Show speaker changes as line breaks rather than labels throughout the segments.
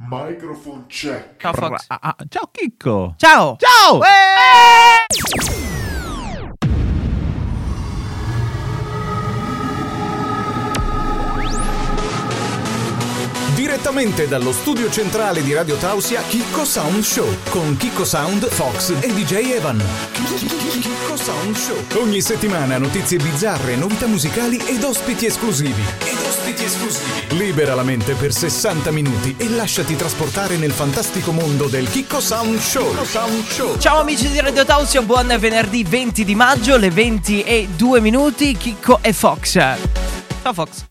Microphone check.
Ciao Fox.
Ah, ah, ciao Chicco.
Ciao.
Ciao.
Direttamente dallo studio centrale di Radio Tausia, Chicco Sound Show. Con Chicco Sound, Fox e DJ Evan. Chicco Sound Show. Ogni settimana notizie bizzarre, novità musicali ed ospiti esclusivi. Ed ospiti esclusivi. Libera la mente per 60 minuti e lasciati trasportare nel fantastico mondo del Chicco Sound Show. Chicco Sound Show.
Ciao amici di Radio Tausia, buon venerdì 20 di maggio, le 20 e 2 minuti, Chicco e Fox. Ciao Fox.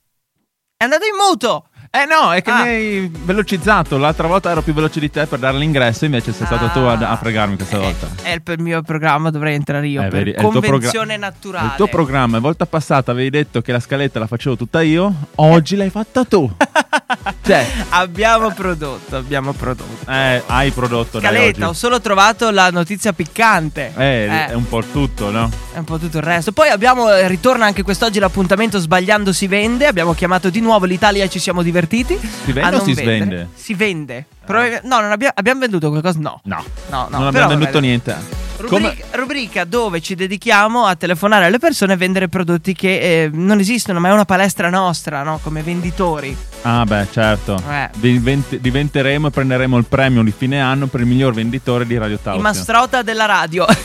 È andato in muto.
Eh no, è che
Ah.
mi hai velocizzato. L'altra volta ero più veloce di te per dare l'ingresso, invece sei stato
Ah.
tu a, a fregarmi questa volta.
È, il per- mio programma, dovrei entrare io.
Eh,
per
vedi, è il tuo
convenzione
progra-
naturale.
è Il tuo programma, volta passata avevi detto che la scaletta la facevo tutta io, oggi l'hai fatta tu. cioè,
abbiamo prodotto, abbiamo prodotto.
eh, hai prodotto dai,
Caletta, ho
oggi.
solo trovato la notizia piccante.
Eh, è un po' il tutto, no?
è un po' tutto il resto. Poi abbiamo, eh, ritorna anche quest'oggi l'appuntamento Sbagliando si vende. Abbiamo chiamato di nuovo l'Italia e ci siamo divertiti. Si
vende o si svende?
Si vende. Probabil- no, non abbia- abbiamo venduto qualcosa? No.
No.
No, no,
non
però
abbiamo venduto
vabbè.
niente.
Rubrica, rubrica dove ci dedichiamo a telefonare alle persone e vendere prodotti che eh, non esistono, ma è una palestra nostra, no? Come venditori.
Ah, beh, certo.
Eh.
Divent- diventeremo e prenderemo il premio di fine anno per il miglior venditore di Radio
I
Tausia.
mastrota della radio.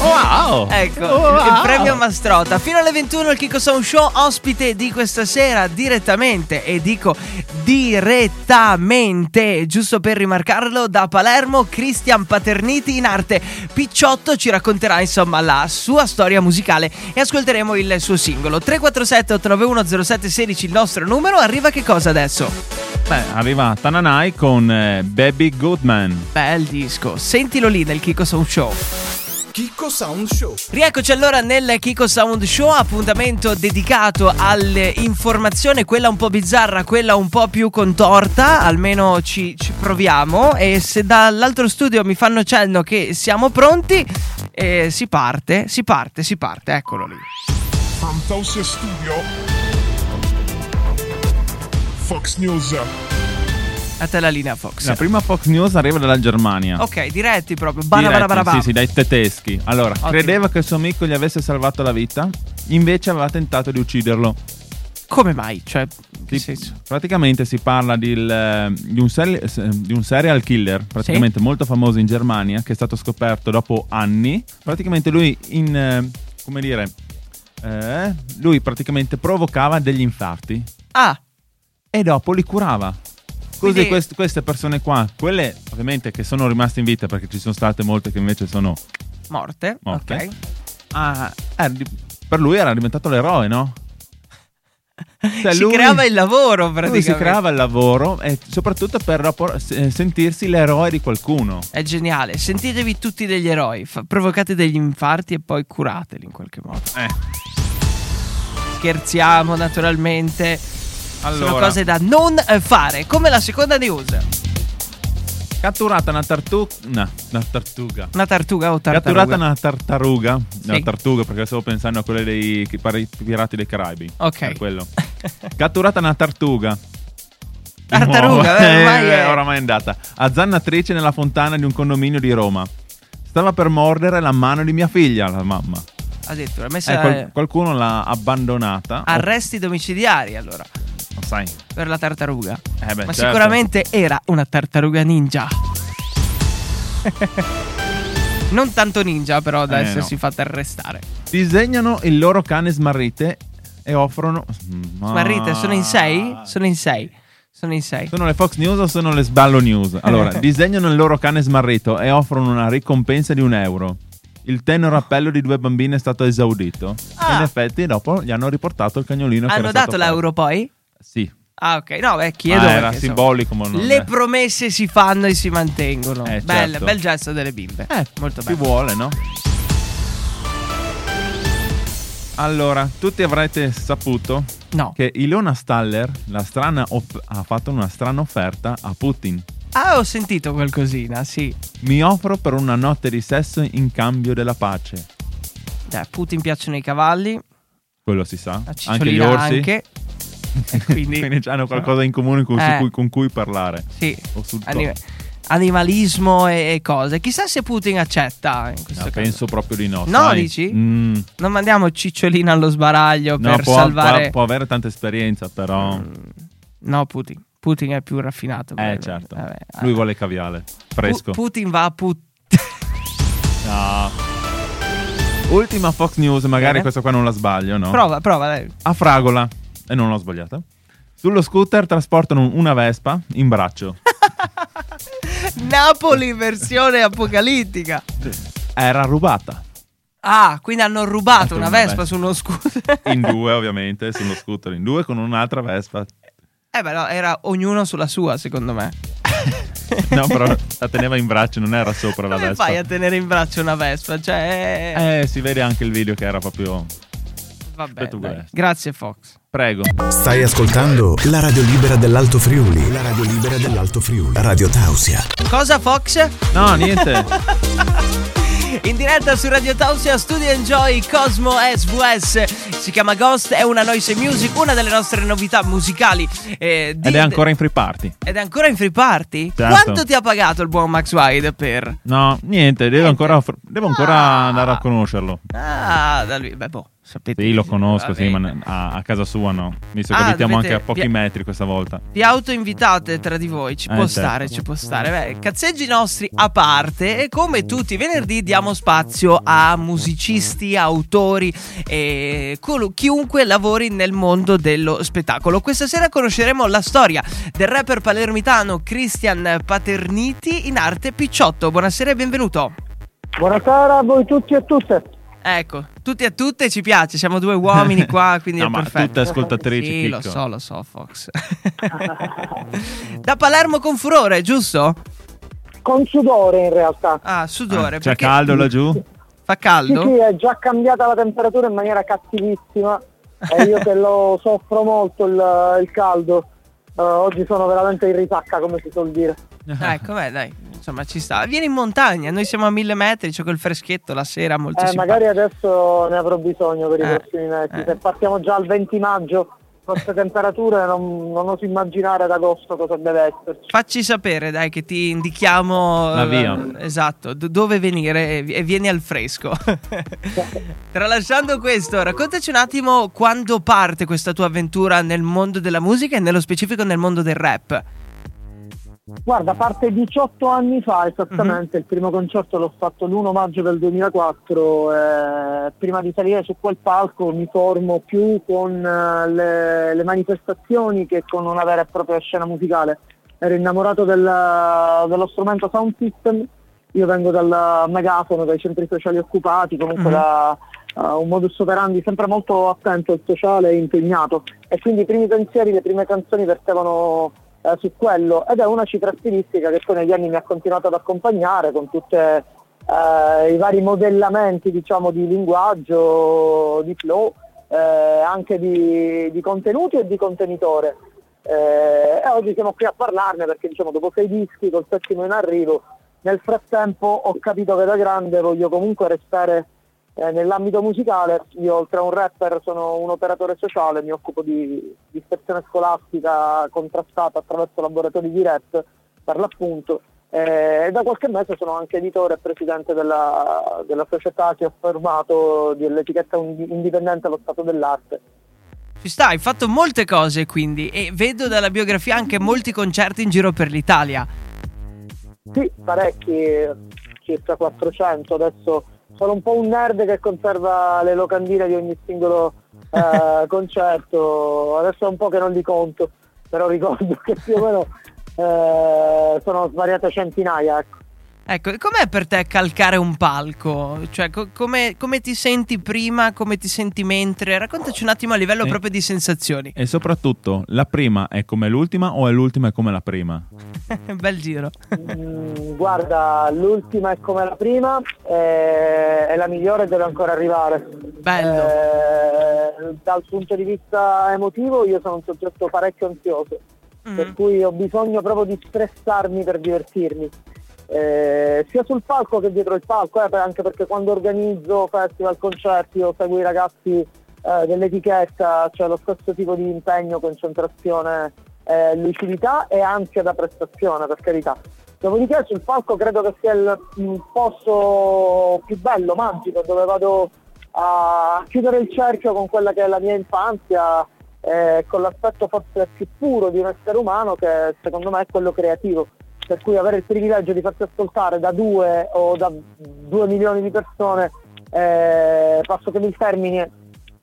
Wow!
Ecco,
Wow!
il premio Mastrota. Fino alle 21 il Kiko Sound Show, ospite di questa sera direttamente, e dico direttamente, giusto per rimarcarlo, da Palermo, Cristian Paterniti in arte. Picciotto ci racconterà insomma la sua storia musicale e ascolteremo il suo singolo. 347-891-0716 il nostro numero, arriva che cosa adesso?
Beh, arriva Tananai con eh, Baby Goodman.
Bel disco, sentilo lì nel Kiko Sound Show.
Chicco Sound Show.
Rieccoci allora nel Kiko Sound Show, appuntamento dedicato all'informazione, quella un po' bizzarra, quella un po' più contorta, almeno ci, ci proviamo e se dall'altro studio mi fanno cenno che siamo pronti, eh, si parte, si parte, si parte, eccolo lì.
From Tausia Studio. Fox News.
A te la linea Fox.
La prima Fox News arriva dalla Germania.
Ok, diretti proprio, bana bana
Diretti,
bana bana.
Sì, sì, dai tedeschi. Allora,
Ottimo.
credeva che il suo amico gli avesse salvato la vita, invece aveva tentato di ucciderlo.
Come mai? Cioè, che
Sì,
senso?
praticamente si parla di, il- di un seri- di un serial killer, praticamente molto famoso in Germania, che è stato scoperto dopo anni. Praticamente lui in... eh, come dire... eh, lui praticamente provocava degli infarti
Ah,
e dopo li curava. Così
Quindi-
quest- queste persone qua, quelle ovviamente che sono rimaste in vita perché ci sono state molte che invece sono...
morte.
Morte.
Ok.
Ah, eh, di- per lui era diventato l'eroe, no? Cioè,
si
lui-
creava il lavoro
Lui
praticamente.
si creava il lavoro e soprattutto per rappor- se- sentirsi l'eroe di qualcuno.
È geniale, sentitevi tutti degli eroi, fa- provocate degli infarti e poi curateli in qualche modo.
Eh,
Scherziamo naturalmente, sono
allora,
cose da non eh, fare, come la seconda news.
catturata una tartuga. No, una tartuga.
Una tartuga o tartaruga?
Catturata una tartaruga. Una
Sì.
tartuga, perché stavo pensando a quelle dei chi- pari- pirati dei Caraibi.
Ok.
Era quello. Catturata una tartuga. Di
Tartaruga,
nuovo.
eh, ormai
Eh,
è-
oramai è andata. Azzannatrice nella fontana di un condominio di Roma. Stava per mordere la mano di mia figlia, la mamma.
Addirittura,
Eh,
messa
qual-
eh,
qualcuno l'ha abbandonata.
arresti domiciliari allora,
Oh, sai.
per la tartaruga.
Eh beh,
Ma
certo.
sicuramente era una tartaruga ninja. non tanto ninja però da
Eh,
essersi
no.
fatta arrestare.
Disegnano il loro cane smarrite e offrono. Ah, Ma-
Marrite, sono in sei? Sono in sei. Sono in sei.
Sono le Fox News o sono le Sballo News? Allora, disegnano il loro cane smarrito e offrono una ricompensa di un euro. Il tenero appello di due bambine è stato esaudito.
Oh. Ah.
E in effetti, dopo gli hanno riportato il cagnolino che
Hanno
era stato
dato l'euro poi?
offerto. Sì.
Ah, ok. No, beh, chiedo.
Ah, era
perché, insomma,
simbolico, ma non
Le
è-
promesse si fanno e si mantengono.
Eh,
Bel,
certo.
bel gesto delle bimbe.
Eh,
molto
Ci
bello.
vuole, no? Allora, tutti avrete saputo
No.
che Ilona Staller la strana off- ha fatto una strana offerta a Putin.
Ah, ho sentito qualcosina, sì.
Mi offro per una notte di sesso in cambio della pace.
Dai, a Putin piacciono i cavalli,
Quello si sa.
a
Anche gli
Cicciolina
orsi.
anche. E quindi-
Quindi hanno qualcosa in comune con, su
Eh.
cui, con cui parlare.
Sì.
O sul
Anima-
top.
animalismo e, e cose. Chissà se Putin accetta in questo
No,
caso.
penso proprio di no.
No,
sai.
dici?
Mm.
Non mandiamo Cicciolina allo sbaraglio
No,
per
può,
salvare.
può- può avere tanta esperienza, però.
No, Putin. Putin è più raffinato.
Eh,
quello.
certo.
Vabbè.
Lui vuole il caviale. Fresco.
Pu- Putin va a put.
No. Ultima Fox News, magari
Bene.
questa qua non la sbaglio, no?
prova, prova. Dai.
A Fragola, e non l'ho sbagliata. Sullo scooter trasportano una Vespa in braccio.
Napoli versione apocalittica.
Era rubata.
Ah, quindi hanno rubato
Ecco,
una
una
Vespa
Vespa.
su uno scooter.
In due, ovviamente, sullo scooter, in due con un'altra Vespa.
Eh beh, no, era ognuno sulla sua, secondo me.
No, però la teneva in braccio, non era sopra la
Come
Vespa.
fai a tenere in braccio una Vespa? Cioè,
Eh, si vede anche il video che era proprio.
vabbè.
aspetta,
dai.
questo.
Grazie Fox.
Prego.
Stai ascoltando la radio libera dell'Alto Friuli. La radio libera dell'Alto Friuli. Radio Tausia.
Cosa Fox?
No, niente.
In diretta su Radio Tausia Studio Enjoy Cosmo SVS. Si chiama Ghost, è una noise music, una delle nostre novità musicali. eh, di-
Ed è ancora in free party.
ed è ancora in free party?
Certo.
Quanto ti ha pagato il buon Max Wide per...
No, niente, devo ancora, devo ancora andare a conoscerlo.
Ah, da lui, beh, boh, sapete.
Sì, lo conosco,
Vabbè.
sì, ma ne- a, a casa sua no. Visto che
Ah,
abitiamo
dovete-
anche a pochi
via-
metri questa volta.
Vi autoinvitate tra di voi, ci
Eh,
può
certo.
stare, ci può stare. Beh, cazzeggi nostri a parte e come tutti i venerdì diamo spazio a musicisti, autori e colo- chiunque lavori nel mondo dello spettacolo. Questa sera conosceremo la storia del rapper palermitano Christian Paterniti in arte Picciotto. Buonasera e benvenuto.
Buonasera a voi tutti e tutte.
Ecco, tutti e tutte ci piace, siamo due uomini qua, quindi
No,
è
ma
perfetto.
tutte ascoltatrici,
Sì, lo
Chicco.
so, lo so, Fox. da Palermo con furore, giusto?
Con sudore in realtà.
Ah, sudore,
Eh, C'è
perché
caldo laggiù?
fa
Sì, sì,
caldo?
è già cambiata la temperatura in maniera cattivissima e io che lo soffro molto il, il caldo. eh, oggi sono veramente in risacca come si suol dire.
Ecco, beh, dai, insomma, ci sta. Vieni in montagna, noi siamo a mille metri, c'è quel freschetto la sera, molto
Eh,
simpatico.
magari adesso ne avrò bisogno per i
Eh,
prossimi mesi.
eh.
Se partiamo già al 20 maggio con queste temperature non, non oso immaginare ad agosto cosa deve esserci.
Facci sapere, dai, che ti indichiamo.
La via.
eh, Esatto, d- dove venire e vi- e vieni al fresco. Tralasciando questo, raccontaci un attimo quando parte questa tua avventura nel mondo della musica e nello specifico nel mondo del rap.
Guarda, parte 18 anni fa esattamente, il primo concerto l'ho fatto l'1 maggio del 2004, eh, prima di salire su quel palco mi formo più con eh, le, le manifestazioni che con una vera e propria scena musicale. Ero innamorato del- dello strumento Sound System, io vengo dal megafono, dai centri sociali occupati, comunque
Mhm.
da eh, un modus operandi sempre molto attento al sociale e impegnato e quindi i primi pensieri, le prime canzoni vertevano eh, su quello ed è una cifra stilistica che poi negli anni mi ha continuato ad accompagnare con tutti i vari modellamenti diciamo, di linguaggio, di flow, eh, anche di, di contenuti e di contenitore. Eh, e oggi siamo qui a parlarne perché diciamo, dopo sei dischi, col settimo in arrivo, nel frattempo ho capito che da grande voglio comunque restare eh, nell'ambito musicale, io oltre a un rapper sono un operatore sociale, mi occupo di dispersione scolastica contrastata attraverso laboratori di rap per l'appunto eh, e da qualche mese sono anche editore e presidente della, della società che ho formato dell'etichetta Indi- indipendente allo Stato dell'arte.
Ci sta, hai fatto molte cose quindi e vedo dalla biografia anche molti concerti in giro per l'Italia.
Sì, parecchi, circa 400, adesso sono un po' un nerd che conserva le locandine di ogni singolo eh, concerto, adesso è un po' che non li conto, però ricordo che più o meno eh, sono svariate centinaia. ecco.
Ecco, e com'è per te calcare un palco? Cioè, co- come, come ti senti prima, come ti senti mentre? Raccontaci un attimo a livello
Sì.
proprio di sensazioni.
E soprattutto, la prima è come l'ultima o è l'ultima è come la prima?
Bel giro.
Mm, guarda, l'ultima è come la prima, eh, è la migliore deve ancora arrivare.
Bello.
Eh, dal punto di vista emotivo io sono un soggetto parecchio ansioso.
Mm.
per cui ho bisogno proprio di stressarmi per divertirmi. Eh, sia sul palco che dietro il palco, eh, per- anche perché quando organizzo festival, concerti, io seguo i ragazzi eh, eh, dell'etichetta, cioè lo stesso tipo di impegno, concentrazione, eh, lucidità e ansia da prestazione, per carità. Dopodiché sul palco credo che sia il, il posto più bello, magico, dove vado a chiudere il cerchio con quella che è la mia infanzia, eh, con l'aspetto forse più puro di un essere umano che secondo me è quello creativo. Per cui avere il privilegio di farsi ascoltare da due o da due milioni di persone, eh, passo che il termine,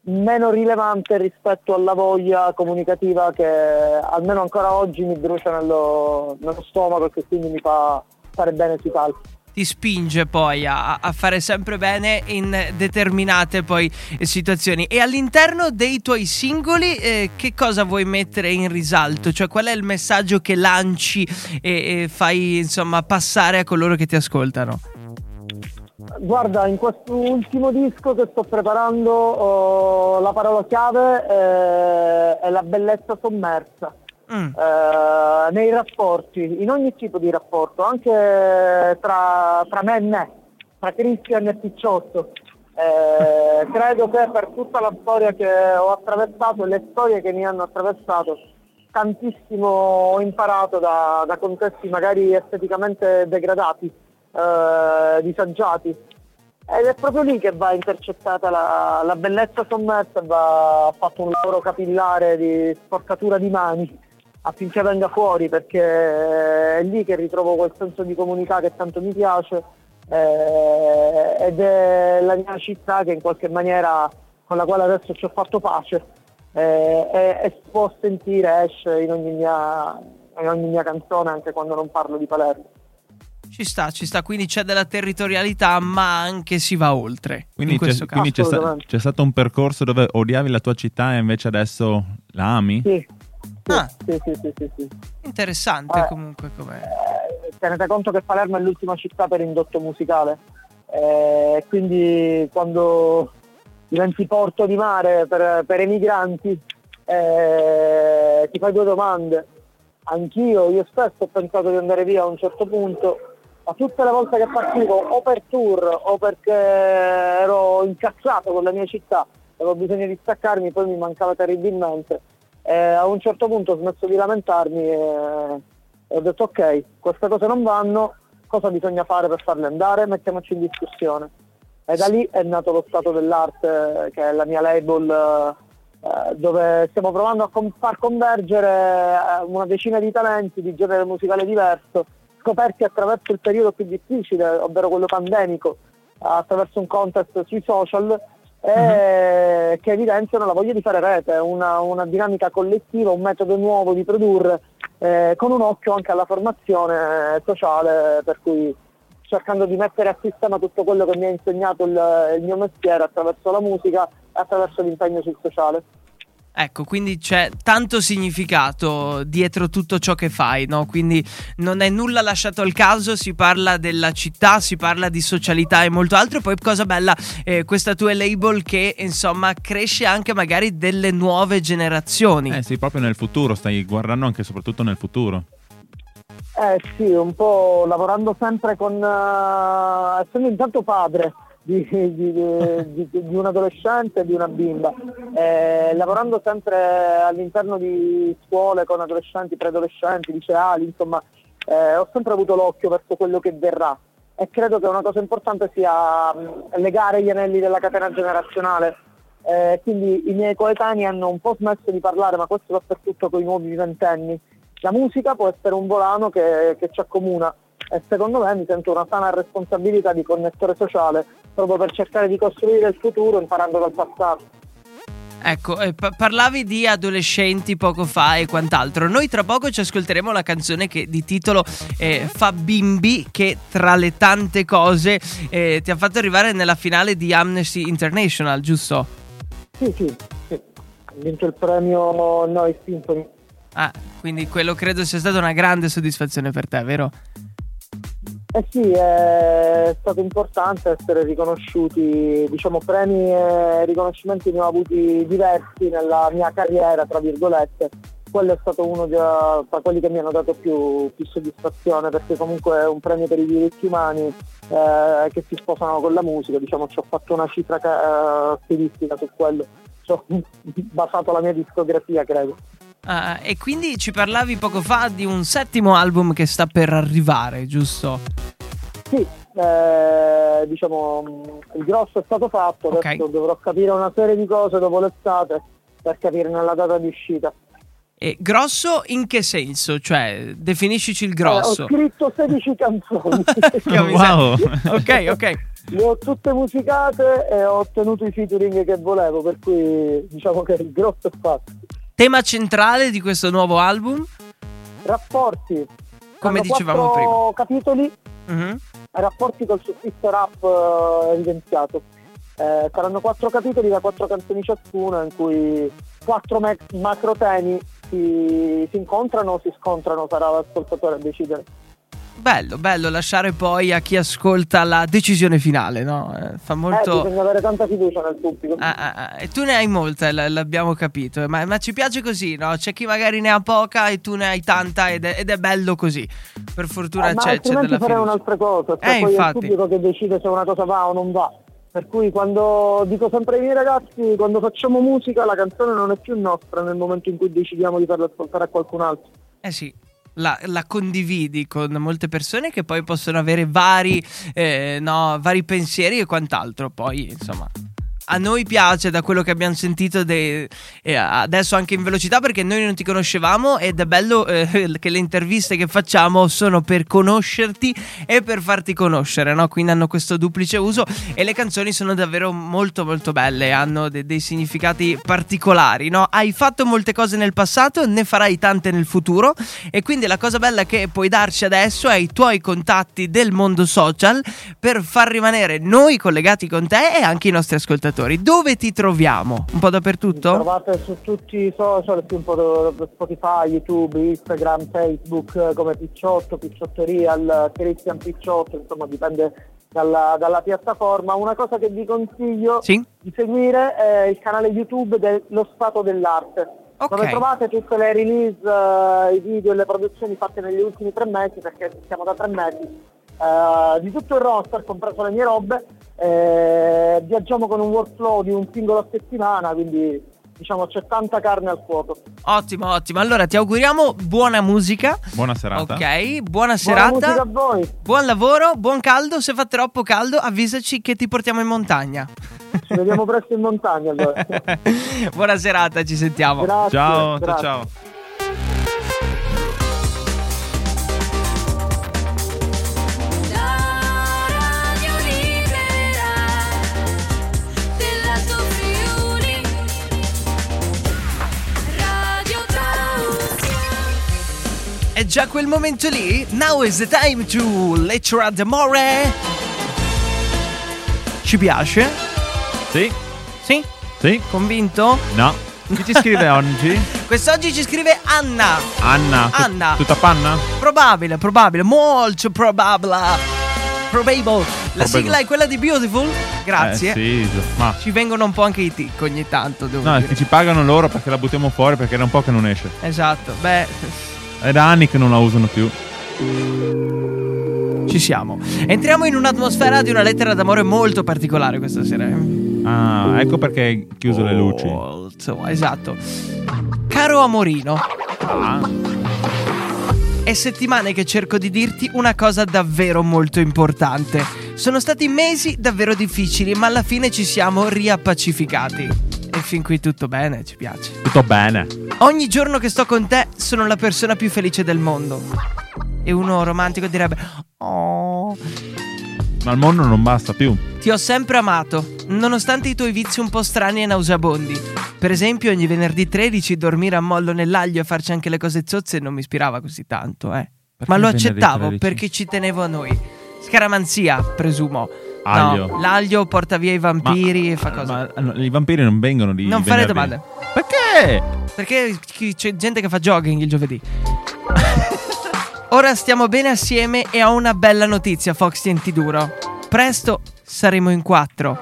meno rilevante rispetto alla voglia comunicativa che almeno ancora oggi mi brucia nello, nello stomaco e che quindi mi fa stare bene sui palchi
ti spinge poi a, a, fare sempre bene in determinate poi situazioni. E all'interno dei tuoi singoli eh, che cosa vuoi mettere in risalto? Cioè qual è il messaggio che lanci e, e fai insomma passare a coloro che ti ascoltano?
Guarda, in questo ultimo disco che sto preparando oh, la parola chiave eh, è la bellezza sommersa. Mm. Eh, nei rapporti, in ogni tipo di rapporto, anche tra, tra me e me, tra Cristian e Picciotto. Eh, credo che per tutta la storia che ho attraversato, le storie che mi hanno attraversato, tantissimo ho imparato da, da contesti magari esteticamente degradati, eh, disagiati. Ed è proprio lì che va intercettata la, la bellezza sommersa, va fatto un lavoro capillare di sporcatura di mani affinché venga fuori perché è lì che ritrovo quel senso di comunità che tanto mi piace eh, ed è la mia città che in qualche maniera con la quale adesso ci ho fatto pace eh, e, e si può sentire, esce in ogni, mia, in ogni mia canzone anche quando non parlo di Palermo.
Ci sta, ci sta, quindi c'è della territorialità, ma anche si va oltre.
Quindi, c'è, quindi c'è, sta, c'è, stato un percorso dove odiavi la tua città e invece adesso la ami?
Sì.
Ah.
Sì, sì, sì, sì, sì,
Interessante eh, comunque com'è.
Eh, tenete conto che Palermo è l'ultima città per indotto musicale, eh, quindi quando diventi porto di mare per, per emigranti eh, ti fai due domande. Anch'io, io stesso ho pensato di andare via a un certo punto, ma tutte le volte che partivo o per tour o perché ero incazzato con la mia città, avevo bisogno di staccarmi, poi mi mancava terribilmente. E a un certo punto ho smesso di lamentarmi e, ho detto ok, queste cose non vanno, cosa bisogna fare per farle andare? Mettiamoci in discussione. E da lì è nato lo Stato dell'Arte, che è la mia label eh, dove stiamo provando a com- far convergere eh, una decina di talenti di genere musicale diverso scoperti attraverso il periodo più difficile, ovvero quello pandemico, attraverso un contest sui social eh, uh-huh. che evidenziano la voglia di fare rete, una, una dinamica collettiva, un metodo nuovo di produrre, eh, con un occhio anche alla formazione eh, sociale, per cui cercando di mettere a sistema tutto quello che mi ha insegnato il, il mio mestiere attraverso la musica e attraverso l'impegno sul sociale.
Ecco, quindi c'è tanto significato dietro tutto ciò che fai, no? Quindi non è nulla lasciato al caso, si parla della città, si parla di socialità e molto altro. E poi cosa bella eh, questa tua label che insomma cresce anche magari delle nuove generazioni.
Eh sì, proprio nel futuro, stai guardando anche e soprattutto nel futuro.
Eh sì, un po' lavorando sempre con... Uh, sono intanto padre, di, di, di, di, un adolescente e di una bimba. Eh, lavorando sempre all'interno di scuole con adolescenti, preadolescenti, liceali, insomma, eh, ho sempre avuto l'occhio verso quello che verrà e credo che una cosa importante sia mh, legare gli anelli della catena generazionale. Eh, quindi i miei coetanei hanno un po' smesso di parlare, ma questo dappertutto con i nuovi ventenni. La musica può essere un volano che, che ci accomuna e secondo me mi sento una sana responsabilità di connettore sociale proprio per cercare di costruire il futuro imparando dal passato.
Ecco, eh, pa- parlavi di adolescenti poco fa e quant'altro. Noi tra poco ci ascolteremo la canzone che di titolo eh, fa bimbi, che tra le tante cose eh, ti ha fatto arrivare nella finale di Amnesty International, giusto?
Sì, sì, sì. Ha vinto il premio Noise Symphony.
Ah, quindi quello credo sia stata una grande soddisfazione per te, vero?
Eh sì, è stato importante essere riconosciuti, diciamo premi e riconoscimenti ne ho avuti diversi nella mia carriera, tra virgolette. Quello è stato uno della, tra quelli che mi hanno dato più, più, soddisfazione perché comunque è un premio per i diritti umani eh, che si sposano con la musica, diciamo ci ho fatto una cifra eh, stilistica su quello. ho basato la mia discografia, credo.
Ah, e quindi ci parlavi poco fa di un settimo album che sta per arrivare, giusto?
Sì, eh, diciamo, mh, il grosso è stato fatto,
Ok.
adesso dovrò capire una serie di cose dopo l'estate per capirne la data di uscita.
E grosso in che senso? Cioè, definiscici il
Eh,
grosso.
ho scritto 16 canzoni.
Che miseria.
Wow.
ok, ok.
Le ho tutte musicate e ho ottenuto i featuring che volevo, per cui diciamo che il grosso è fatto.
Tema centrale di questo nuovo album?
Rapporti.
Come
Hanno
dicevamo
quattro capitoli, Mm-hmm.
Mhm.
rapporti col suffisso rap eh, evidenziato. Eh, saranno quattro capitoli da quattro canzoni ciascuna in cui quattro mac- macro temi si, si incontrano o si scontrano, sarà l'ascoltatore a decidere.
Bello, bello lasciare poi a chi ascolta la decisione finale, no? Eh, fa
Eh,
molto...
bisogna avere tanta fiducia nel pubblico.
Ah, ah, ah, E tu ne hai molta, l- l'abbiamo capito, eh, ma, ma ci piace così, no? C'è chi magari ne ha poca e tu ne hai tanta ed è, ed è bello così. Per fortuna
Eh, ma
c'è, c'è
altrimenti
della
farei
fiducia.
un'altra cosa, cioè
Eh,
poi
infatti.
è il pubblico che decide se una cosa va o non va. Per cui quando dico sempre ai miei ragazzi, quando facciamo musica la canzone non è più nostra nel momento in cui decidiamo di farla ascoltare a qualcun altro.
Eh sì. La, la condividi con molte persone che poi possono avere vari, eh, no, vari pensieri e quant'altro. Poi, insomma, a noi piace da quello che abbiamo sentito de- eh, adesso anche in velocità perché noi non ti conoscevamo ed è bello eh, che le interviste che facciamo sono per conoscerti e per farti conoscere, no? Quindi hanno questo duplice uso e le canzoni sono davvero molto molto belle, hanno de- dei significati particolari, no? Hai fatto molte cose nel passato, ne farai tante nel futuro e quindi la cosa bella che puoi darci adesso è i tuoi contatti del mondo social per far rimanere noi collegati con te e anche i nostri ascoltatori. Dove ti troviamo? Un po'
Mi
dappertutto?
Trovate su tutti i social, su un po' Spotify, YouTube, Instagram, Facebook, eh, come Picciotto, Picciotto Real, Christian Picciotto, insomma dipende dalla, dalla piattaforma. Una cosa che vi consiglio
Sì?
di seguire è il canale YouTube dello Stato dell'Arte.
Ok.
Dove trovate tutte le release, eh, i video e le produzioni fatte negli ultimi tre mesi, perché siamo da tre mesi, eh, di tutto il roster, compreso le mie robe. eh, viaggiamo con un workflow di un singolo a settimana, quindi diciamo c'è tanta carne al fuoco.
Ottimo, ottimo. Allora ti auguriamo buona musica.
Buona serata.
Ok, buona
Buona
serata.
musica a voi,
Buon lavoro, buon caldo. Se fa troppo caldo, avvisaci che ti portiamo in montagna.
ci vediamo presto in montagna allora.
buona serata, ci sentiamo.
Grazie,
Ciao, ciao,
grazie.
ciao.
La radio libera della tua Friuli Radio Tausia
È già quel momento lì. Now is the time to lecture at the more. Ci piace?
Sì,
Sì?
sì,
Convinto?
no. Chi ci scrive oggi?
Quest'oggi ci scrive Anna.
Anna. Tut-
Anna.
Tutta panna?
Probabile, probabile, molto probabile. Probable. La
Probable.
sigla è quella di Beautiful? Grazie.
Eh, sì, ma...
Ci vengono un po' anche i tic ogni tanto, devo
No, è
dire.
che ci pagano loro perché la buttiamo fuori perché era un po' che non esce.
Esatto, beh,
È da anni che non la usano più.
ci siamo. Entriamo in un'atmosfera di una lettera d'amore molto particolare questa sera. eh.
Ah, ecco perché hai chiuso le luci.
Oh. Molto, esatto. Caro Amorino,
Ah,
è settimane che cerco di dirti una cosa davvero molto importante. Sono stati mesi davvero difficili, ma alla fine ci siamo riappacificati. E fin qui tutto bene, ci piace.
tutto bene.
Ogni giorno che sto con te sono la persona più felice del mondo. E uno romantico direbbe: Oh,
Ma il mondo non basta più.
ti ho sempre amato, nonostante i tuoi vizi un po' strani e nauseabondi. Per esempio, ogni venerdì 13 dormire a mollo nell'aglio e farci anche le cose zozze non mi ispirava così tanto, eh.
Perché
Ma lo
venerdì
accettavo
13?
perché ci tenevo a noi. Scaramanzia, presumo.
Aglio.
No, l'aglio porta via i vampiri e fa cose.
Ma allora, i vampiri non vengono di.
Non
di
fare
venerdì.
domande.
Perché?
Perché chi- c'è gente che fa jogging il giovedì. Ora stiamo bene assieme e ho una bella notizia, Fox, tienti duro. Presto saremo in quattro.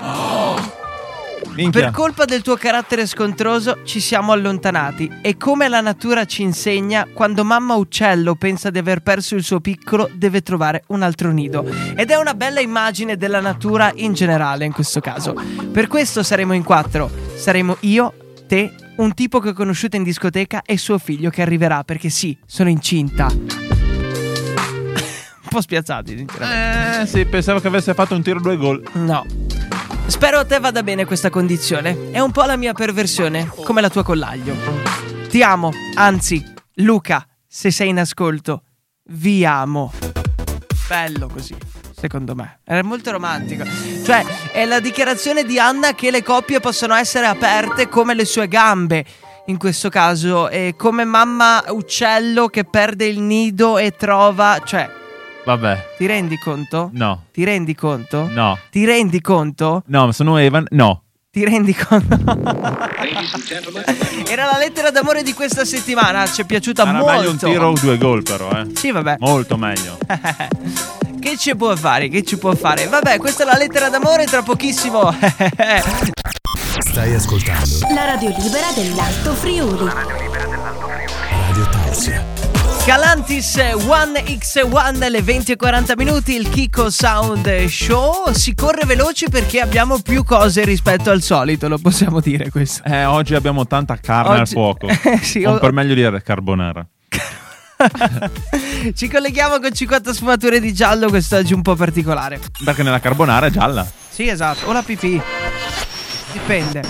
Minchia.
Per colpa del tuo carattere scontroso ci siamo allontanati e come la natura ci insegna, quando mamma uccello pensa di aver perso il suo piccolo deve trovare un altro nido. Ed è una bella immagine della natura in generale in questo caso. Per questo saremo in quattro. saremo io, te, un tipo che ho conosciuto in discoteca e suo figlio che arriverà perché sì, sono incinta. un po' spiazzati, sinceramente.
Eh sì, pensavo che avesse fatto un tiro due gol.
No. Spero a te vada bene questa condizione. È un po' la mia perversione, come la tua collaglio. Ti amo, anzi, Luca, se sei in ascolto, vi amo. Bello così, secondo me. Era molto romantico. Cioè, è la dichiarazione di Anna che le coppie possono essere aperte come le sue gambe. In questo caso, è come mamma uccello che perde il nido e trova. Cioè,
Vabbè,
ti rendi conto?
no,
Ti rendi conto?
no.
Ti rendi conto?
No, sono Evan. No.
Ti rendi conto? Era la lettera d'amore di questa settimana, ci è piaciuta
Era
molto.
Ah,
Eh.
meglio un tiro o due gol, però, eh.
Sì, vabbè.
Molto meglio.
che ci può fare? Che ci può fare? Vabbè, questa è la lettera d'amore, tra pochissimo.
Stai ascoltando
La radio libera dell'Alto Friuli.
Radio Tausia.
Galantis 1x1 alle 20 e 40 minuti, il Kiko Sound Show. Si corre veloci perché abbiamo più cose rispetto al solito, lo possiamo dire questo.
Eh, oggi abbiamo tanta carne al
Oggi- eh,
fuoco.
Sì,
o
ho-
per meglio dire carbonara.
Ci colleghiamo con 50 sfumature di giallo, quest'oggi un po' particolare.
Perché nella carbonara è gialla.
Sì, esatto, o la pipì. Dipende.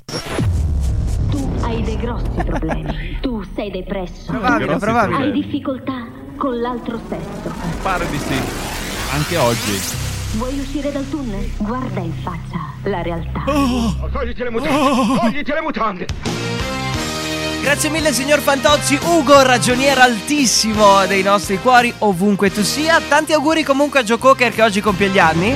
Tu hai dei grossi problemi. tu sei depresso.
Probabile,
grossi
probabile.
Hai
problemi.
difficoltà con l'altro sesso.
Pare di sì. Anche oggi.
Vuoi uscire dal tunnel? Guarda in faccia la realtà.
Grazie mille signor Fantozzi, Ugo, ragioniere altissimo dei nostri cuori ovunque tu sia. Tanti auguri comunque a Joe Cocker che oggi compie gli anni.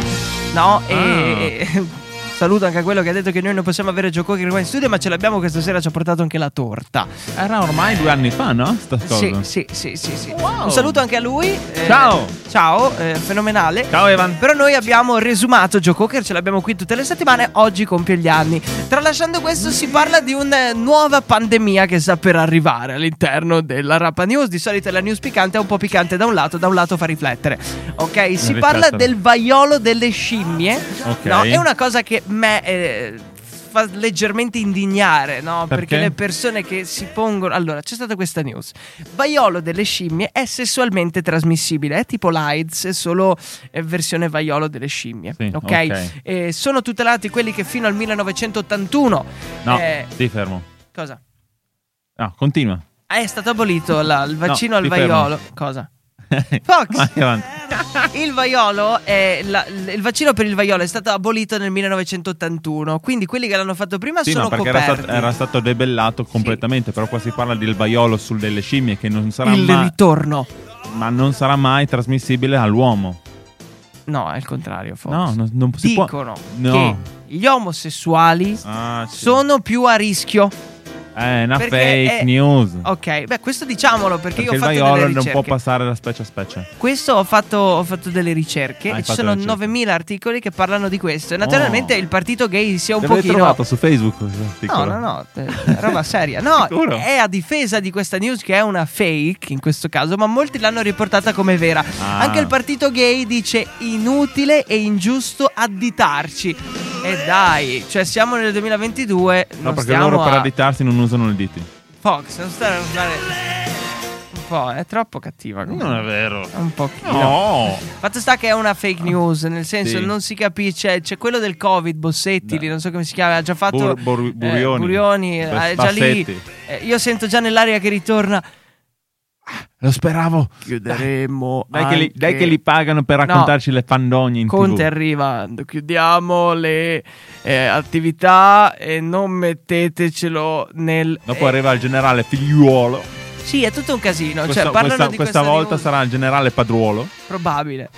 No,
Ah.
e... e- Saluto anche a quello che ha detto che noi non possiamo avere Joe Cocker qua in studio, ma ce l'abbiamo questa sera, ci ha portato anche la torta.
Era ormai due anni fa, no? Sta
Sì,
cosa.
sì, sì, sì, sì.
Wow.
Un saluto anche a lui. eh,
Ciao.
Ciao, eh, fenomenale.
Ciao, Evan.
Però noi abbiamo resumato Joe Cocker, ce l'abbiamo qui tutte le settimane, oggi compie gli anni. Tralasciando questo si parla di una nuova pandemia che sta per arrivare all'interno della Rapa News. Di solito la news piccante è un po' piccante da un lato, da un lato fa riflettere. Ok, si
Riflettere.
parla del vaiolo delle scimmie.
Ok.
No, è una cosa che me... eh, fa leggermente indignare, no? Perché?
Perché?
le persone che si pongono... Allora, c'è stata questa news. Vaiolo delle scimmie è sessualmente trasmissibile, è tipo l'AIDS, è solo eh, versione vaiolo delle scimmie.
Sì,
ok?
ok.
Eh, sono tutelati quelli che fino al 1981...
No,
eh,
ti fermo.
cosa?
No, continua.
Ah, È stato abolito la- il vaccino al
ti
vaiolo. Cosa? Fox.
Vai avanti.
Il vaiolo è la- il vaccino per il vaiolo è stato abolito nel 1981, quindi quelli che l'hanno fatto prima
Sì,
sono
no, perché era
coperti.
stato, era stato debellato completamente. Però qua si parla del vaiolo su delle scimmie che non sarà
il
mai.
ritorno.
Ma non sarà mai trasmissibile all'uomo.
No, è il contrario, Fox.
No, non, non si può.
Dicono
No.
che gli omosessuali
Ah, sì. Eh,
sono più a rischio.
È una
perché
fake
è-
news.
Ok, beh, questo diciamolo perché,
Perché il
io ho fatto delle
vaiolo non
ricerche.
può passare da specie a specie.
Questo ho fatto, ho fatto delle ricerche
Ah, Hai
e ci
fatto
sono
le ricerche.
9000 articoli che parlano di questo. E naturalmente
Oh.
il partito gay si è un
Te l'hai
pochino
trovato su Facebook? questo
No,
articolo?
no, no, eh, roba seria. No,
Sicuro?
è a difesa di questa news che è una fake in questo caso, ma molti l'hanno riportata come vera.
Ah.
Anche il partito gay dice inutile e ingiusto additarci. E dai, cioè siamo nel 2022,
No,
non
perché
stiamo
loro per
a-
additarsi non usano le diti.
Fox, non stare a usare un po', è troppo cattiva come
è vero.
un pochino.
No. Ah.
Fatto sta che è una fake news, nel senso
Sì.
non si capisce, cioè, c'è quello del Covid, Bossetti,
No.
lì, non so come si chiama, ha già fatto
Bur- Bur-
eh,
Burioni.
Burioni, eh,
Bas-
è già lì.
Bassetti.
Eh, io sento già nell'aria che ritorna.
Lo speravo.
Chiuderemo.
Dai che, li, dai che li pagano per
No.
raccontarci le fandogne in
Conte
tv.
arrivando, chiudiamo le eh, attività e non mettetecelo nel
Dopo
eh,
arriva il generale figliuolo.
Sì, è tutto un casino,
Questa,
cioè parlano
questa-
di
questa
questa
volta
news,
sarà il generale padruolo.
probabile.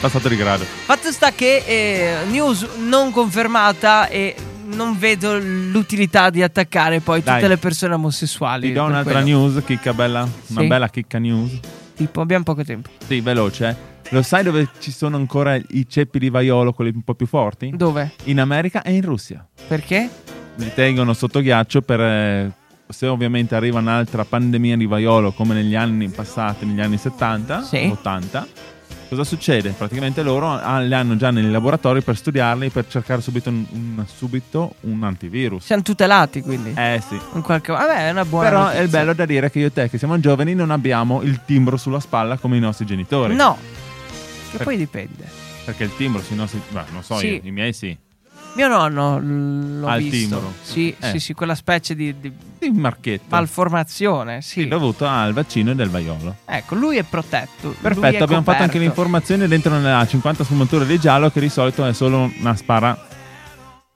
Passato di grado.
Fatto sta che eh, news non confermata e non vedo l'utilità di attaccare poi
Dai.
tutte le persone omosessuali.
Ti do
per
un'altra
quello.
news, chicca bella. Una
Sì.
bella chicca news.
Tipo, abbiamo poco tempo.
Sì, veloce. eh. Lo sai dove ci sono ancora i ceppi di vaiolo, quelli un po' più forti?
Dove?
In America e in Russia.
Perché?
Li tengono sotto ghiaccio per... eh, se ovviamente arriva un'altra pandemia di vaiolo come negli anni passati, negli anni 70,
Sì.
80, Cosa succede? Praticamente loro ah, le hanno già nei laboratori per studiarli, per cercare subito un, un- subito un antivirus.
Siamo tutelati quindi.
Eh sì.
In qualche Vabbè, è una buona.
Però
notizia.
è bello da dire che io e te, che siamo giovani, non abbiamo il timbro sulla spalla come i nostri genitori.
No. Che
Per-
poi dipende.
Perché il timbro sui nostri. Beh, non so,
Sì.
io, i miei sì.
Mio nonno l- l'ho
Ha il
visto.
timbro.
Sì,
Eh.
sì, sì, quella specie di, di
Il marchetto.
malformazione. Sì.
Dovuto al vaccino del vaiolo.
Ecco, lui è protetto. lui
Perfetto,
è
abbiamo fatto anche
coperto.
l'informazione dentro nella 50 sfumature di giallo, che di solito è solo una spara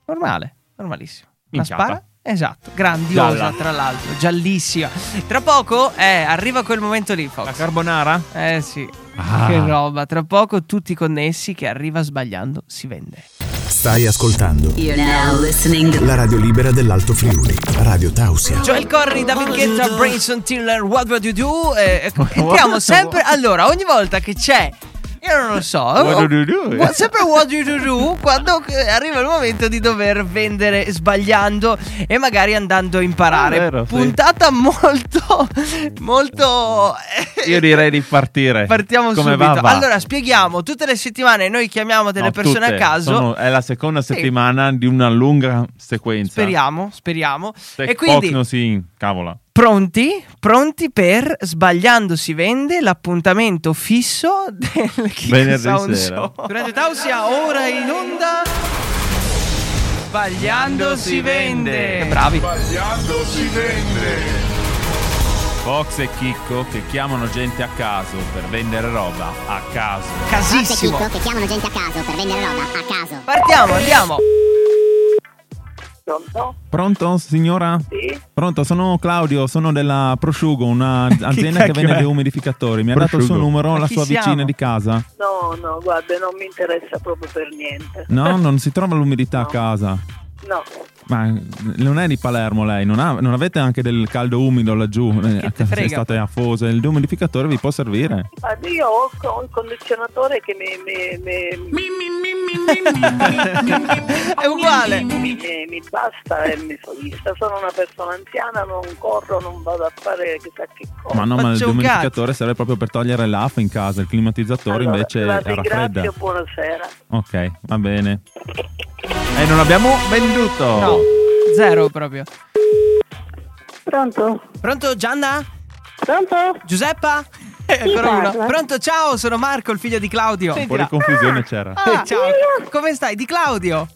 Normale, normalissimo.
Minchiata.
La spara? Esatto, grandiosa
Gialla.
tra l'altro, giallissima. Tra poco eh, arriva quel momento lì,
La
Fox.
carbonara?
Eh sì,
Ah.
che roba. Tra poco tutti connessi che arriva sbagliando si vende.
Stai ascoltando la radio libera dell'Alto Friuli, Radio Tausia.
Joel Corri, David Guetta, Branson Tiller, What Would You Do? Eh, ecco, entriamo
What?
sempre... Allora, ogni volta che c'è... Io non lo so.
What would you do?
What- sempre what you do do quando eh, arriva il momento di dover vendere sbagliando e magari andando a imparare.
È vero, sì.
Puntata molto, molto... eh,
Io direi di partire.
Partiamo
Come
subito.
Va, va.
Allora, spieghiamo. Tutte le settimane noi chiamiamo delle
No,
persone
tutte.
a caso.
Sono- è la seconda
Sì.
settimana di una lunga sequenza.
Speriamo, speriamo.
Se
e quindi...
Cochno si cavola.
Pronti? Pronti per Sbagliando si vende l'appuntamento fisso del Kick
Venerdì
Sound
sera.
Show. Durante Tausia, ora in onda. Sbagliando si vende. Bravi.
Sbagliando si vende.
Fox e Chicco che chiamano gente a caso per vendere roba a caso.
Casissimo.
che chiamano gente a caso per vendere roba a caso.
Partiamo, andiamo.
Pronto?
Pronto, signora?
Sì.
Pronto, sono Claudio, sono della Prosciugo, un'azienda che
cacchio
vende
è?
dei umidificatori. Mi ha dato il suo
Prosciugo.
numero,
Ma
la
chi
sua vicina
siamo?
di casa.
No, no, guarda, non mi interessa proprio per niente.
No, non si trova l'umidità a casa.
No,
Ma non è di Palermo lei, non, ha- non avete anche del caldo umido laggiù? Eh,
te frega?
Se state a Fosa, il dehumidificatore vi può servire?
guarda, io ho, ho il condizionatore che mi, mi, mi-
È uguale.
mi- mi- mi basta e mi soddisfa. Sono una persona anziana, non corro, non vado a fare chissà che cosa.
Ma no, ma il
Faccio un cazzo.
dehumidificatore serve proprio per togliere l'afa in casa, il climatizzatore
Allora,
invece
la
raffredda.
ringrazio, buonasera.
Ok, va bene. E non abbiamo venduto!
No, zero proprio.
Pronto?
Pronto Gianna?
Pronto?
Giuseppa? Eh, Ancora
parla.
uno. Pronto, ciao, sono Marco, il figlio di Claudio.
Un po' di confusione c'era.
Ah, ciao.
io?
Come stai? Di Claudio.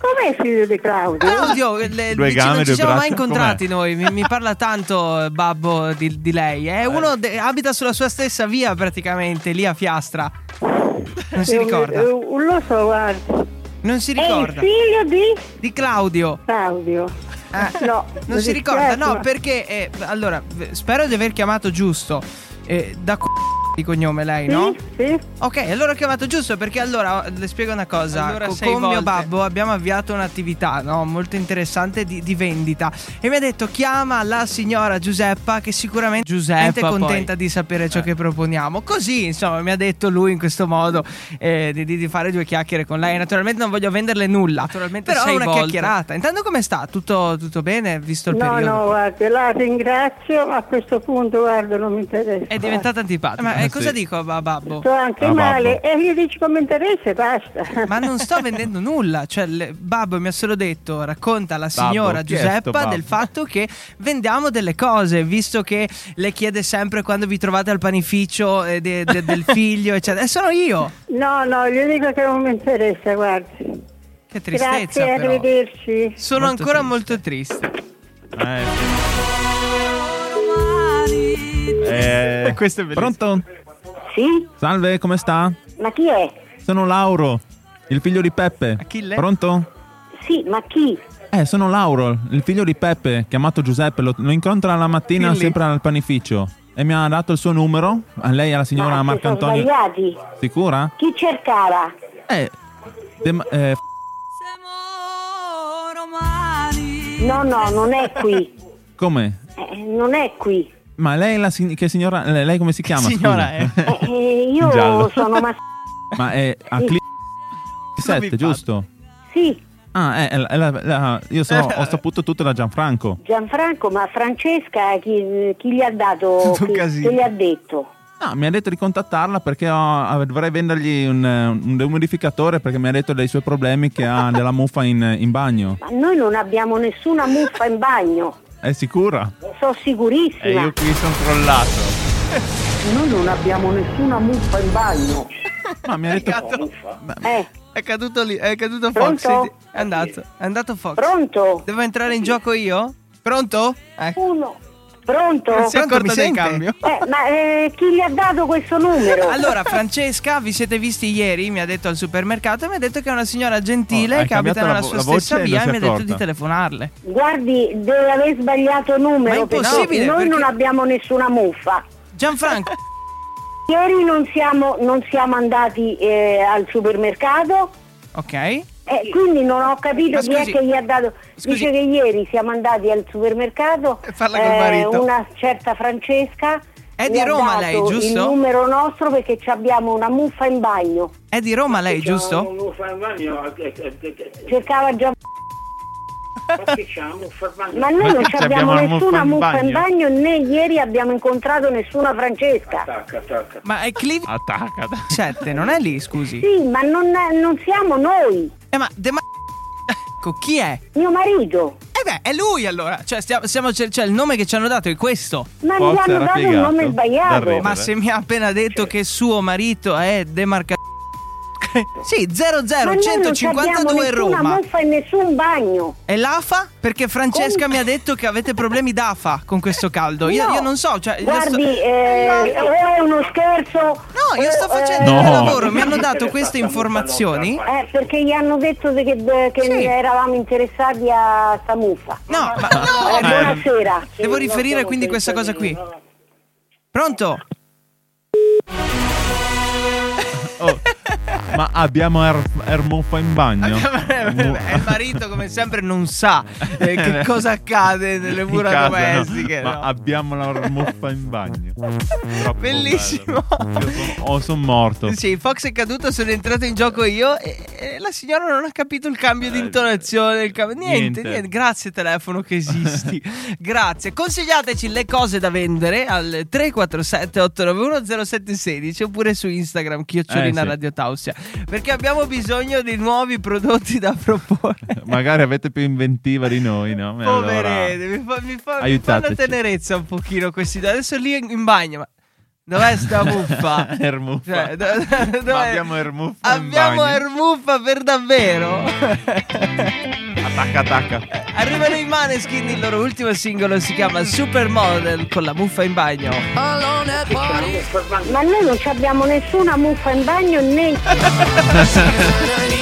Com'è il figlio di Claudio?
Claudio, le-
Due
ci-
gambe,
non ci
due
siamo mai
braccia,
incontrati noi, mi, mi parla tanto eh, babbo di, di lei.
Eh.
È uno de- abita sulla sua stessa via praticamente, lì a Fiastra. Non si
Eh,
ricorda,
eh, Non lo so, guarda.
non si
È il
ricorda.
figlio di
Di Claudio.
Claudio.
Eh,
Ah, No,
Non
mi
si ricorda, no,
dispiace,
perché... eh, allora, v- spero di aver chiamato giusto. Eh, da c***o di cognome lei,
ma-
no?
Sì, sì.
Ok, allora ho chiamato giusto perché allora le spiego una cosa.
Allora,
Co-
sei
con mio
volte.
babbo abbiamo avviato un'attività no, molto interessante di, di vendita e mi ha detto chiama la signora Giuseppa che sicuramente Giuseppa è
poi. Eh.
contenta di sapere ciò che proponiamo. Così, insomma, mi ha detto lui in questo modo eh, di, di- di fare due chiacchiere con lei. Naturalmente non voglio venderle nulla,
Naturalmente
però è
sei
una
volte.
chiacchierata. Intanto come sta? Tutto, tutto bene visto il
No,
periodo?
no, guarda, la ringrazio, ma a questo punto, guarda, non mi interessa.
È diventata antipatica. Ma
Eh,
eh, cosa
sì.
dico a babbo?
Sto anche
Ah,
male. E io dici come interessa e basta.
Ma non sto vendendo nulla, cioè il babbo mi ha solo detto, racconta alla
Babbo,
signora
chi è sto
Giuseppa
babbo?
del fatto che vendiamo delle cose, visto che le chiede sempre quando vi trovate al panificio eh, de- de- del figlio, eccetera. E sono io.
No, no, gli dico che non mi interessa, guarda.
Che tristezza
Grazie,
però.
arrivederci.
Sono
Molto
ancora
triste.
molto triste.
Eh, eh,
Questo è bellissimo.
Pronto?
Sì?
Salve, come sta?
Ma chi è?
Sono Lauro, il figlio di Peppe.
Achille?
Pronto?
Sì, ma chi?
Eh, sono Lauro, il figlio di Peppe, chiamato Giuseppe. Lo, lo incontra la mattina
Dilli.
sempre al panificio. E mi ha dato il suo numero. A lei, e alla
Ma Ah,
signora
si
Marco
sono
Antonio.
sbagliati.
Sicura?
Chi cercava?
Eh. dem- eh, f-
Siamo romani.
No, no, non è qui.
come?
Eh, non è qui.
Ma lei, la sign- che signora. Lei, lei come si chiama?
Signora,
Scusa.
Eh, eh, io
Giallo.
sono ma
Ma è a Cli- 7, giusto?
sì,
Ah, eh, la- la- la- io so, ho saputo tutto da Gianfranco.
Gianfranco, ma Francesca chi, chi gli ha dato
Tutto un
chi,
casino.
chi gli ha detto?
No, mi ha detto di contattarla perché ho- dovrei vendergli un, un dehumidificatore perché mi ha detto dei suoi problemi che ha della muffa in, in bagno.
Ma noi non abbiamo nessuna muffa in bagno,
È sicura?
ne sono
Eh,
E
sicurissima.
Eh, io qui sono crollato.
Noi non abbiamo nessuna muffa in bagno.
Ma mi ha detto...
Eh,
È caduto lì, è caduto Fox.
Pronto?
È andato, è andato Fox.
pronto?
Devo entrare in gioco io? Pronto? Ecco.
Uno. Pronto?
Non si è
Eh,
accorta del cambio.
ma eh, chi gli ha dato questo numero?
Allora, Francesca, vi siete visti ieri? Mi ha detto al supermercato e mi ha detto che è una signora
Oh,
gentile
hai
che abita
cambiato la
nella
vo-
sua
la
stessa
voce e non
via e
si è
mi ha detto
accorta.
di telefonarle.
Guardi, deve aver sbagliato
Ma
numero
è
perché
impossibile,
noi non
perché-
abbiamo nessuna muffa.
Gianfranco,
Ieri non siamo, non siamo andati eh, al supermercato
ok?
e quindi non ho capito
Ma
chi è
scusi-
che gli ha dato.
scusi-
Dice che ieri siamo andati al supermercato. eh,
E parla col marito.
Una certa Francesca.
È
mi
di
ha
Roma
dato
lei,
Il
giusto?
numero nostro perché ci abbiamo una muffa in bagno.
È di Roma lei, giusto?
Cercava già. Ma
Ma
noi non
che
ci
c'abbiamo
abbiamo
la
nessuna
muffa
muffa
in
in bagno né ieri abbiamo incontrato nessuna Francesca.
Ma è Cliff
Attacca. dai.
7, non è lì, scusi.
Sì, ma non, non siamo noi,
Eh, ma De Ma- Ecco, chi è?
mio marito.
Eh beh, è lui allora. Cioè, stiamo, siamo, cioè, cioè, il nome che ci hanno dato è questo.
Ma
Forse
gli hanno
era
dato un
piegato
nome
dal
sbagliato.
re.
Ma
Vabbè.
se mi ha appena detto che suo marito è Demarca. Sì,
Ma noi non ci abbiamo
00152
nessuna
Roma.
muffa in nessun bagno.
E l'AFA? Perché Francesca
Come?
mi ha detto che avete problemi d'AFA con questo caldo. Io,
No.
io non so, cioè. io
Guardi,
sto-
eh, o è uno scherzo. Eh,
No, io sto
o-
facendo
No.
il mio lavoro, mi hanno dato queste informazioni.
Eh, perché gli hanno detto che, che
Sì.
eravamo interessati a sta muffa.
No, ma no,
Eh, buonasera.
devo riferire quindi questa cosa qui. Pronto?
Oh, Ma abbiamo er, er muffa in bagno.
E er, il marito, come sempre, non sa eh, che cosa accade nelle
In
mura
casa, no.
domestiche.
Ma
no.
abbiamo la muffa in bagno. Troppo
Bellissimo.
bello. Io sono- oh, sono morto.
Sì, Fox è caduto, sono entrato in gioco io e, e la signora non ha capito il cambio di
Eh,
intonazione. il cambio- niente, niente,
niente.
Grazie telefono che esisti. Grazie. Consigliateci le cose da vendere al 347 891 0716 oppure su Instagram chiocciolina
Eh, sì.
Radio Tausia perché abbiamo bisogno di nuovi prodotti da proporre.
Magari avete più inventiva di noi, no? E Eh, allora-
Poverete, mi, fa- mi fa- mi fanno
aiutateci.
tenerezza un pochino questi due. Adesso lì in, in bagno, ma dov'è sta muffa?
Ermuffa.
Cioè, do- do- dov'è?
Ma abbiamo Ermuffa in
Abbiamo
bagno.
Ermuffa per davvero.
Attacca, attacca.
Arrivano i Maneskin, il loro ultimo singolo si chiama Supermodel con la muffa in bagno.
Ma noi non ci abbiamo nessuna muffa in bagno né
Eh.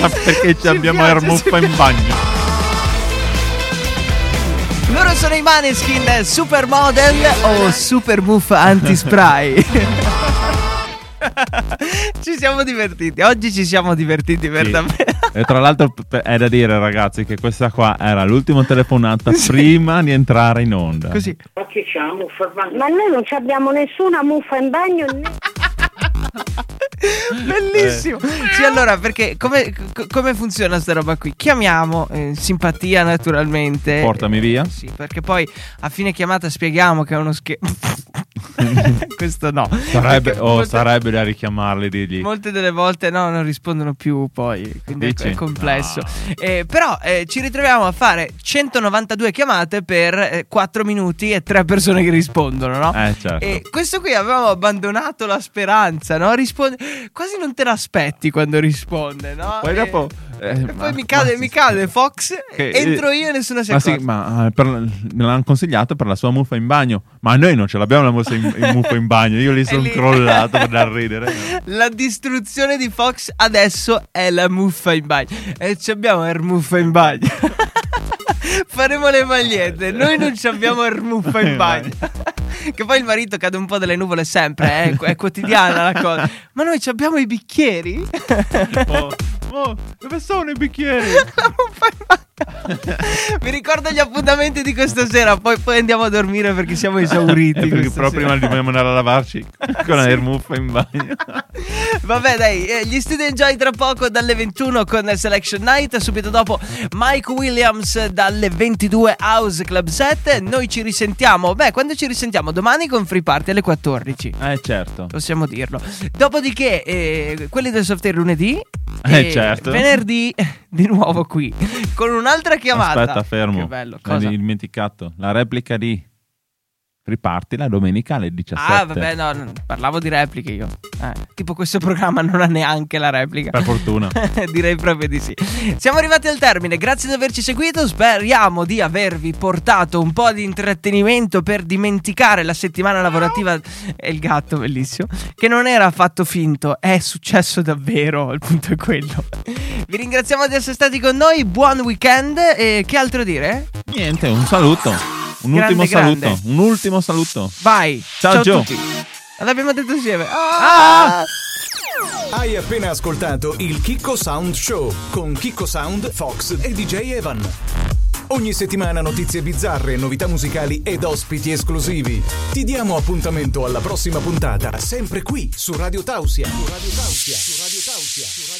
Ma perché ci
Ci
abbiamo
piace,
Ermuffa in bagno?
Loro sono i Maneskin, Supermodel o Super Muffa Anti-Spray. ci siamo divertiti, oggi ci siamo divertiti per
Sì.
davvero.
E tra l'altro p- è da dire ragazzi che questa qua era l'ultima telefonata prima di entrare in onda.
Così. eh,
Ma noi non ci abbiamo nessuna muffa in bagno né
Bellissimo. Sì, allora, perché come, co- come funziona sta roba qui? Chiamiamo, eh, simpatia naturalmente. Eh,
Portami via.
Sì, perché poi a fine chiamata spieghiamo che è uno scherzo. Questo no.
Sarebbe,
Perché
oh,
molte-
sarebbe da richiamarli e dirgli.
Molte delle volte no, non rispondono più poi, quindi è-
Dici?
è complesso.
No.
Eh, però eh, ci ritroviamo a fare 192 chiamate per 4 minuti e 3 persone che rispondono, no?
Eh certo.
E questo qui avevamo abbandonato la speranza, no? Risponde... Quasi non te l'aspetti quando risponde, no?
Poi
E-
dopo, eh,
e
ma-
poi mi cade,
ma-
mi cade Fox,
Che- eh,
entro io e nessuno si
ma sì,
accorge.
ma eh, per- me l'hanno consigliato per la sua muffa in bagno. Ma noi non ce l'abbiamo la muffa in, il muffa in bagno. Io lì
È
sono
lì.
crollato dal ridere.
La distruzione di Fox adesso è la muffa in bagno. E ci abbiamo Ermuffa in bagno. Faremo le magliette. Noi non ci abbiamo Ermuffa in bagno. Che poi il marito cade un po' dalle nuvole sempre, eh, è quotidiana la cosa. Ma noi ci abbiamo i bicchieri?
Oh, oh, dove sono i bicchieri?
La muffa in bagno. Vi ricordo gli appuntamenti di questa sera, poi, poi andiamo a dormire perché siamo
Eh,
esauriti.
perché
questa
però
sera.
prima dobbiamo andare a lavarci con la ermuffa in bagno.
Vabbè, dai, eh, gli Student Joy tra poco dalle 21 con Selection Night. Subito dopo Mike Williams dalle 22 House Club 7. Noi ci risentiamo. Beh, quando ci risentiamo? Domani con Free Party alle 14.
Eh certo.
Possiamo dirlo. Dopodiché, eh, quelli del soft air lunedì.
Eh,
e
certo.
Venerdì, di nuovo qui. Con un'altra chiamata.
Aspetta, fermo.
Che bello.
Mi
Cosa?
hai dimenticato. La replica di Riparti la domenica alle 17.
Ah, vabbè, no, no, parlavo di repliche io. Eh, tipo, questo programma non ha neanche la replica.
Per fortuna.
Direi proprio di sì. Siamo arrivati al termine, grazie di averci seguito. Speriamo di avervi portato un po' di intrattenimento per dimenticare la settimana lavorativa. E il gatto, bellissimo, che non era affatto finto, è successo davvero. Il punto è quello. Vi ringraziamo di essere stati con noi. Buon weekend. E che altro dire?
Niente, un saluto. Un
Grande,
ultimo saluto.
grande.
Un ultimo saluto.
Vai.
Ciao,
ciao
Gio.
a tutti. L'abbiamo detto insieme. Ah!
Hai appena ascoltato il Kiko Sound Show con Kiko Sound, Fox e DJ Evan. Ogni settimana notizie bizzarre, novità musicali ed ospiti esclusivi. Ti diamo appuntamento alla prossima puntata, sempre qui su Radio Tausia. Su Radio Tausia. Su Radio Tausia. Su Radio Tausia.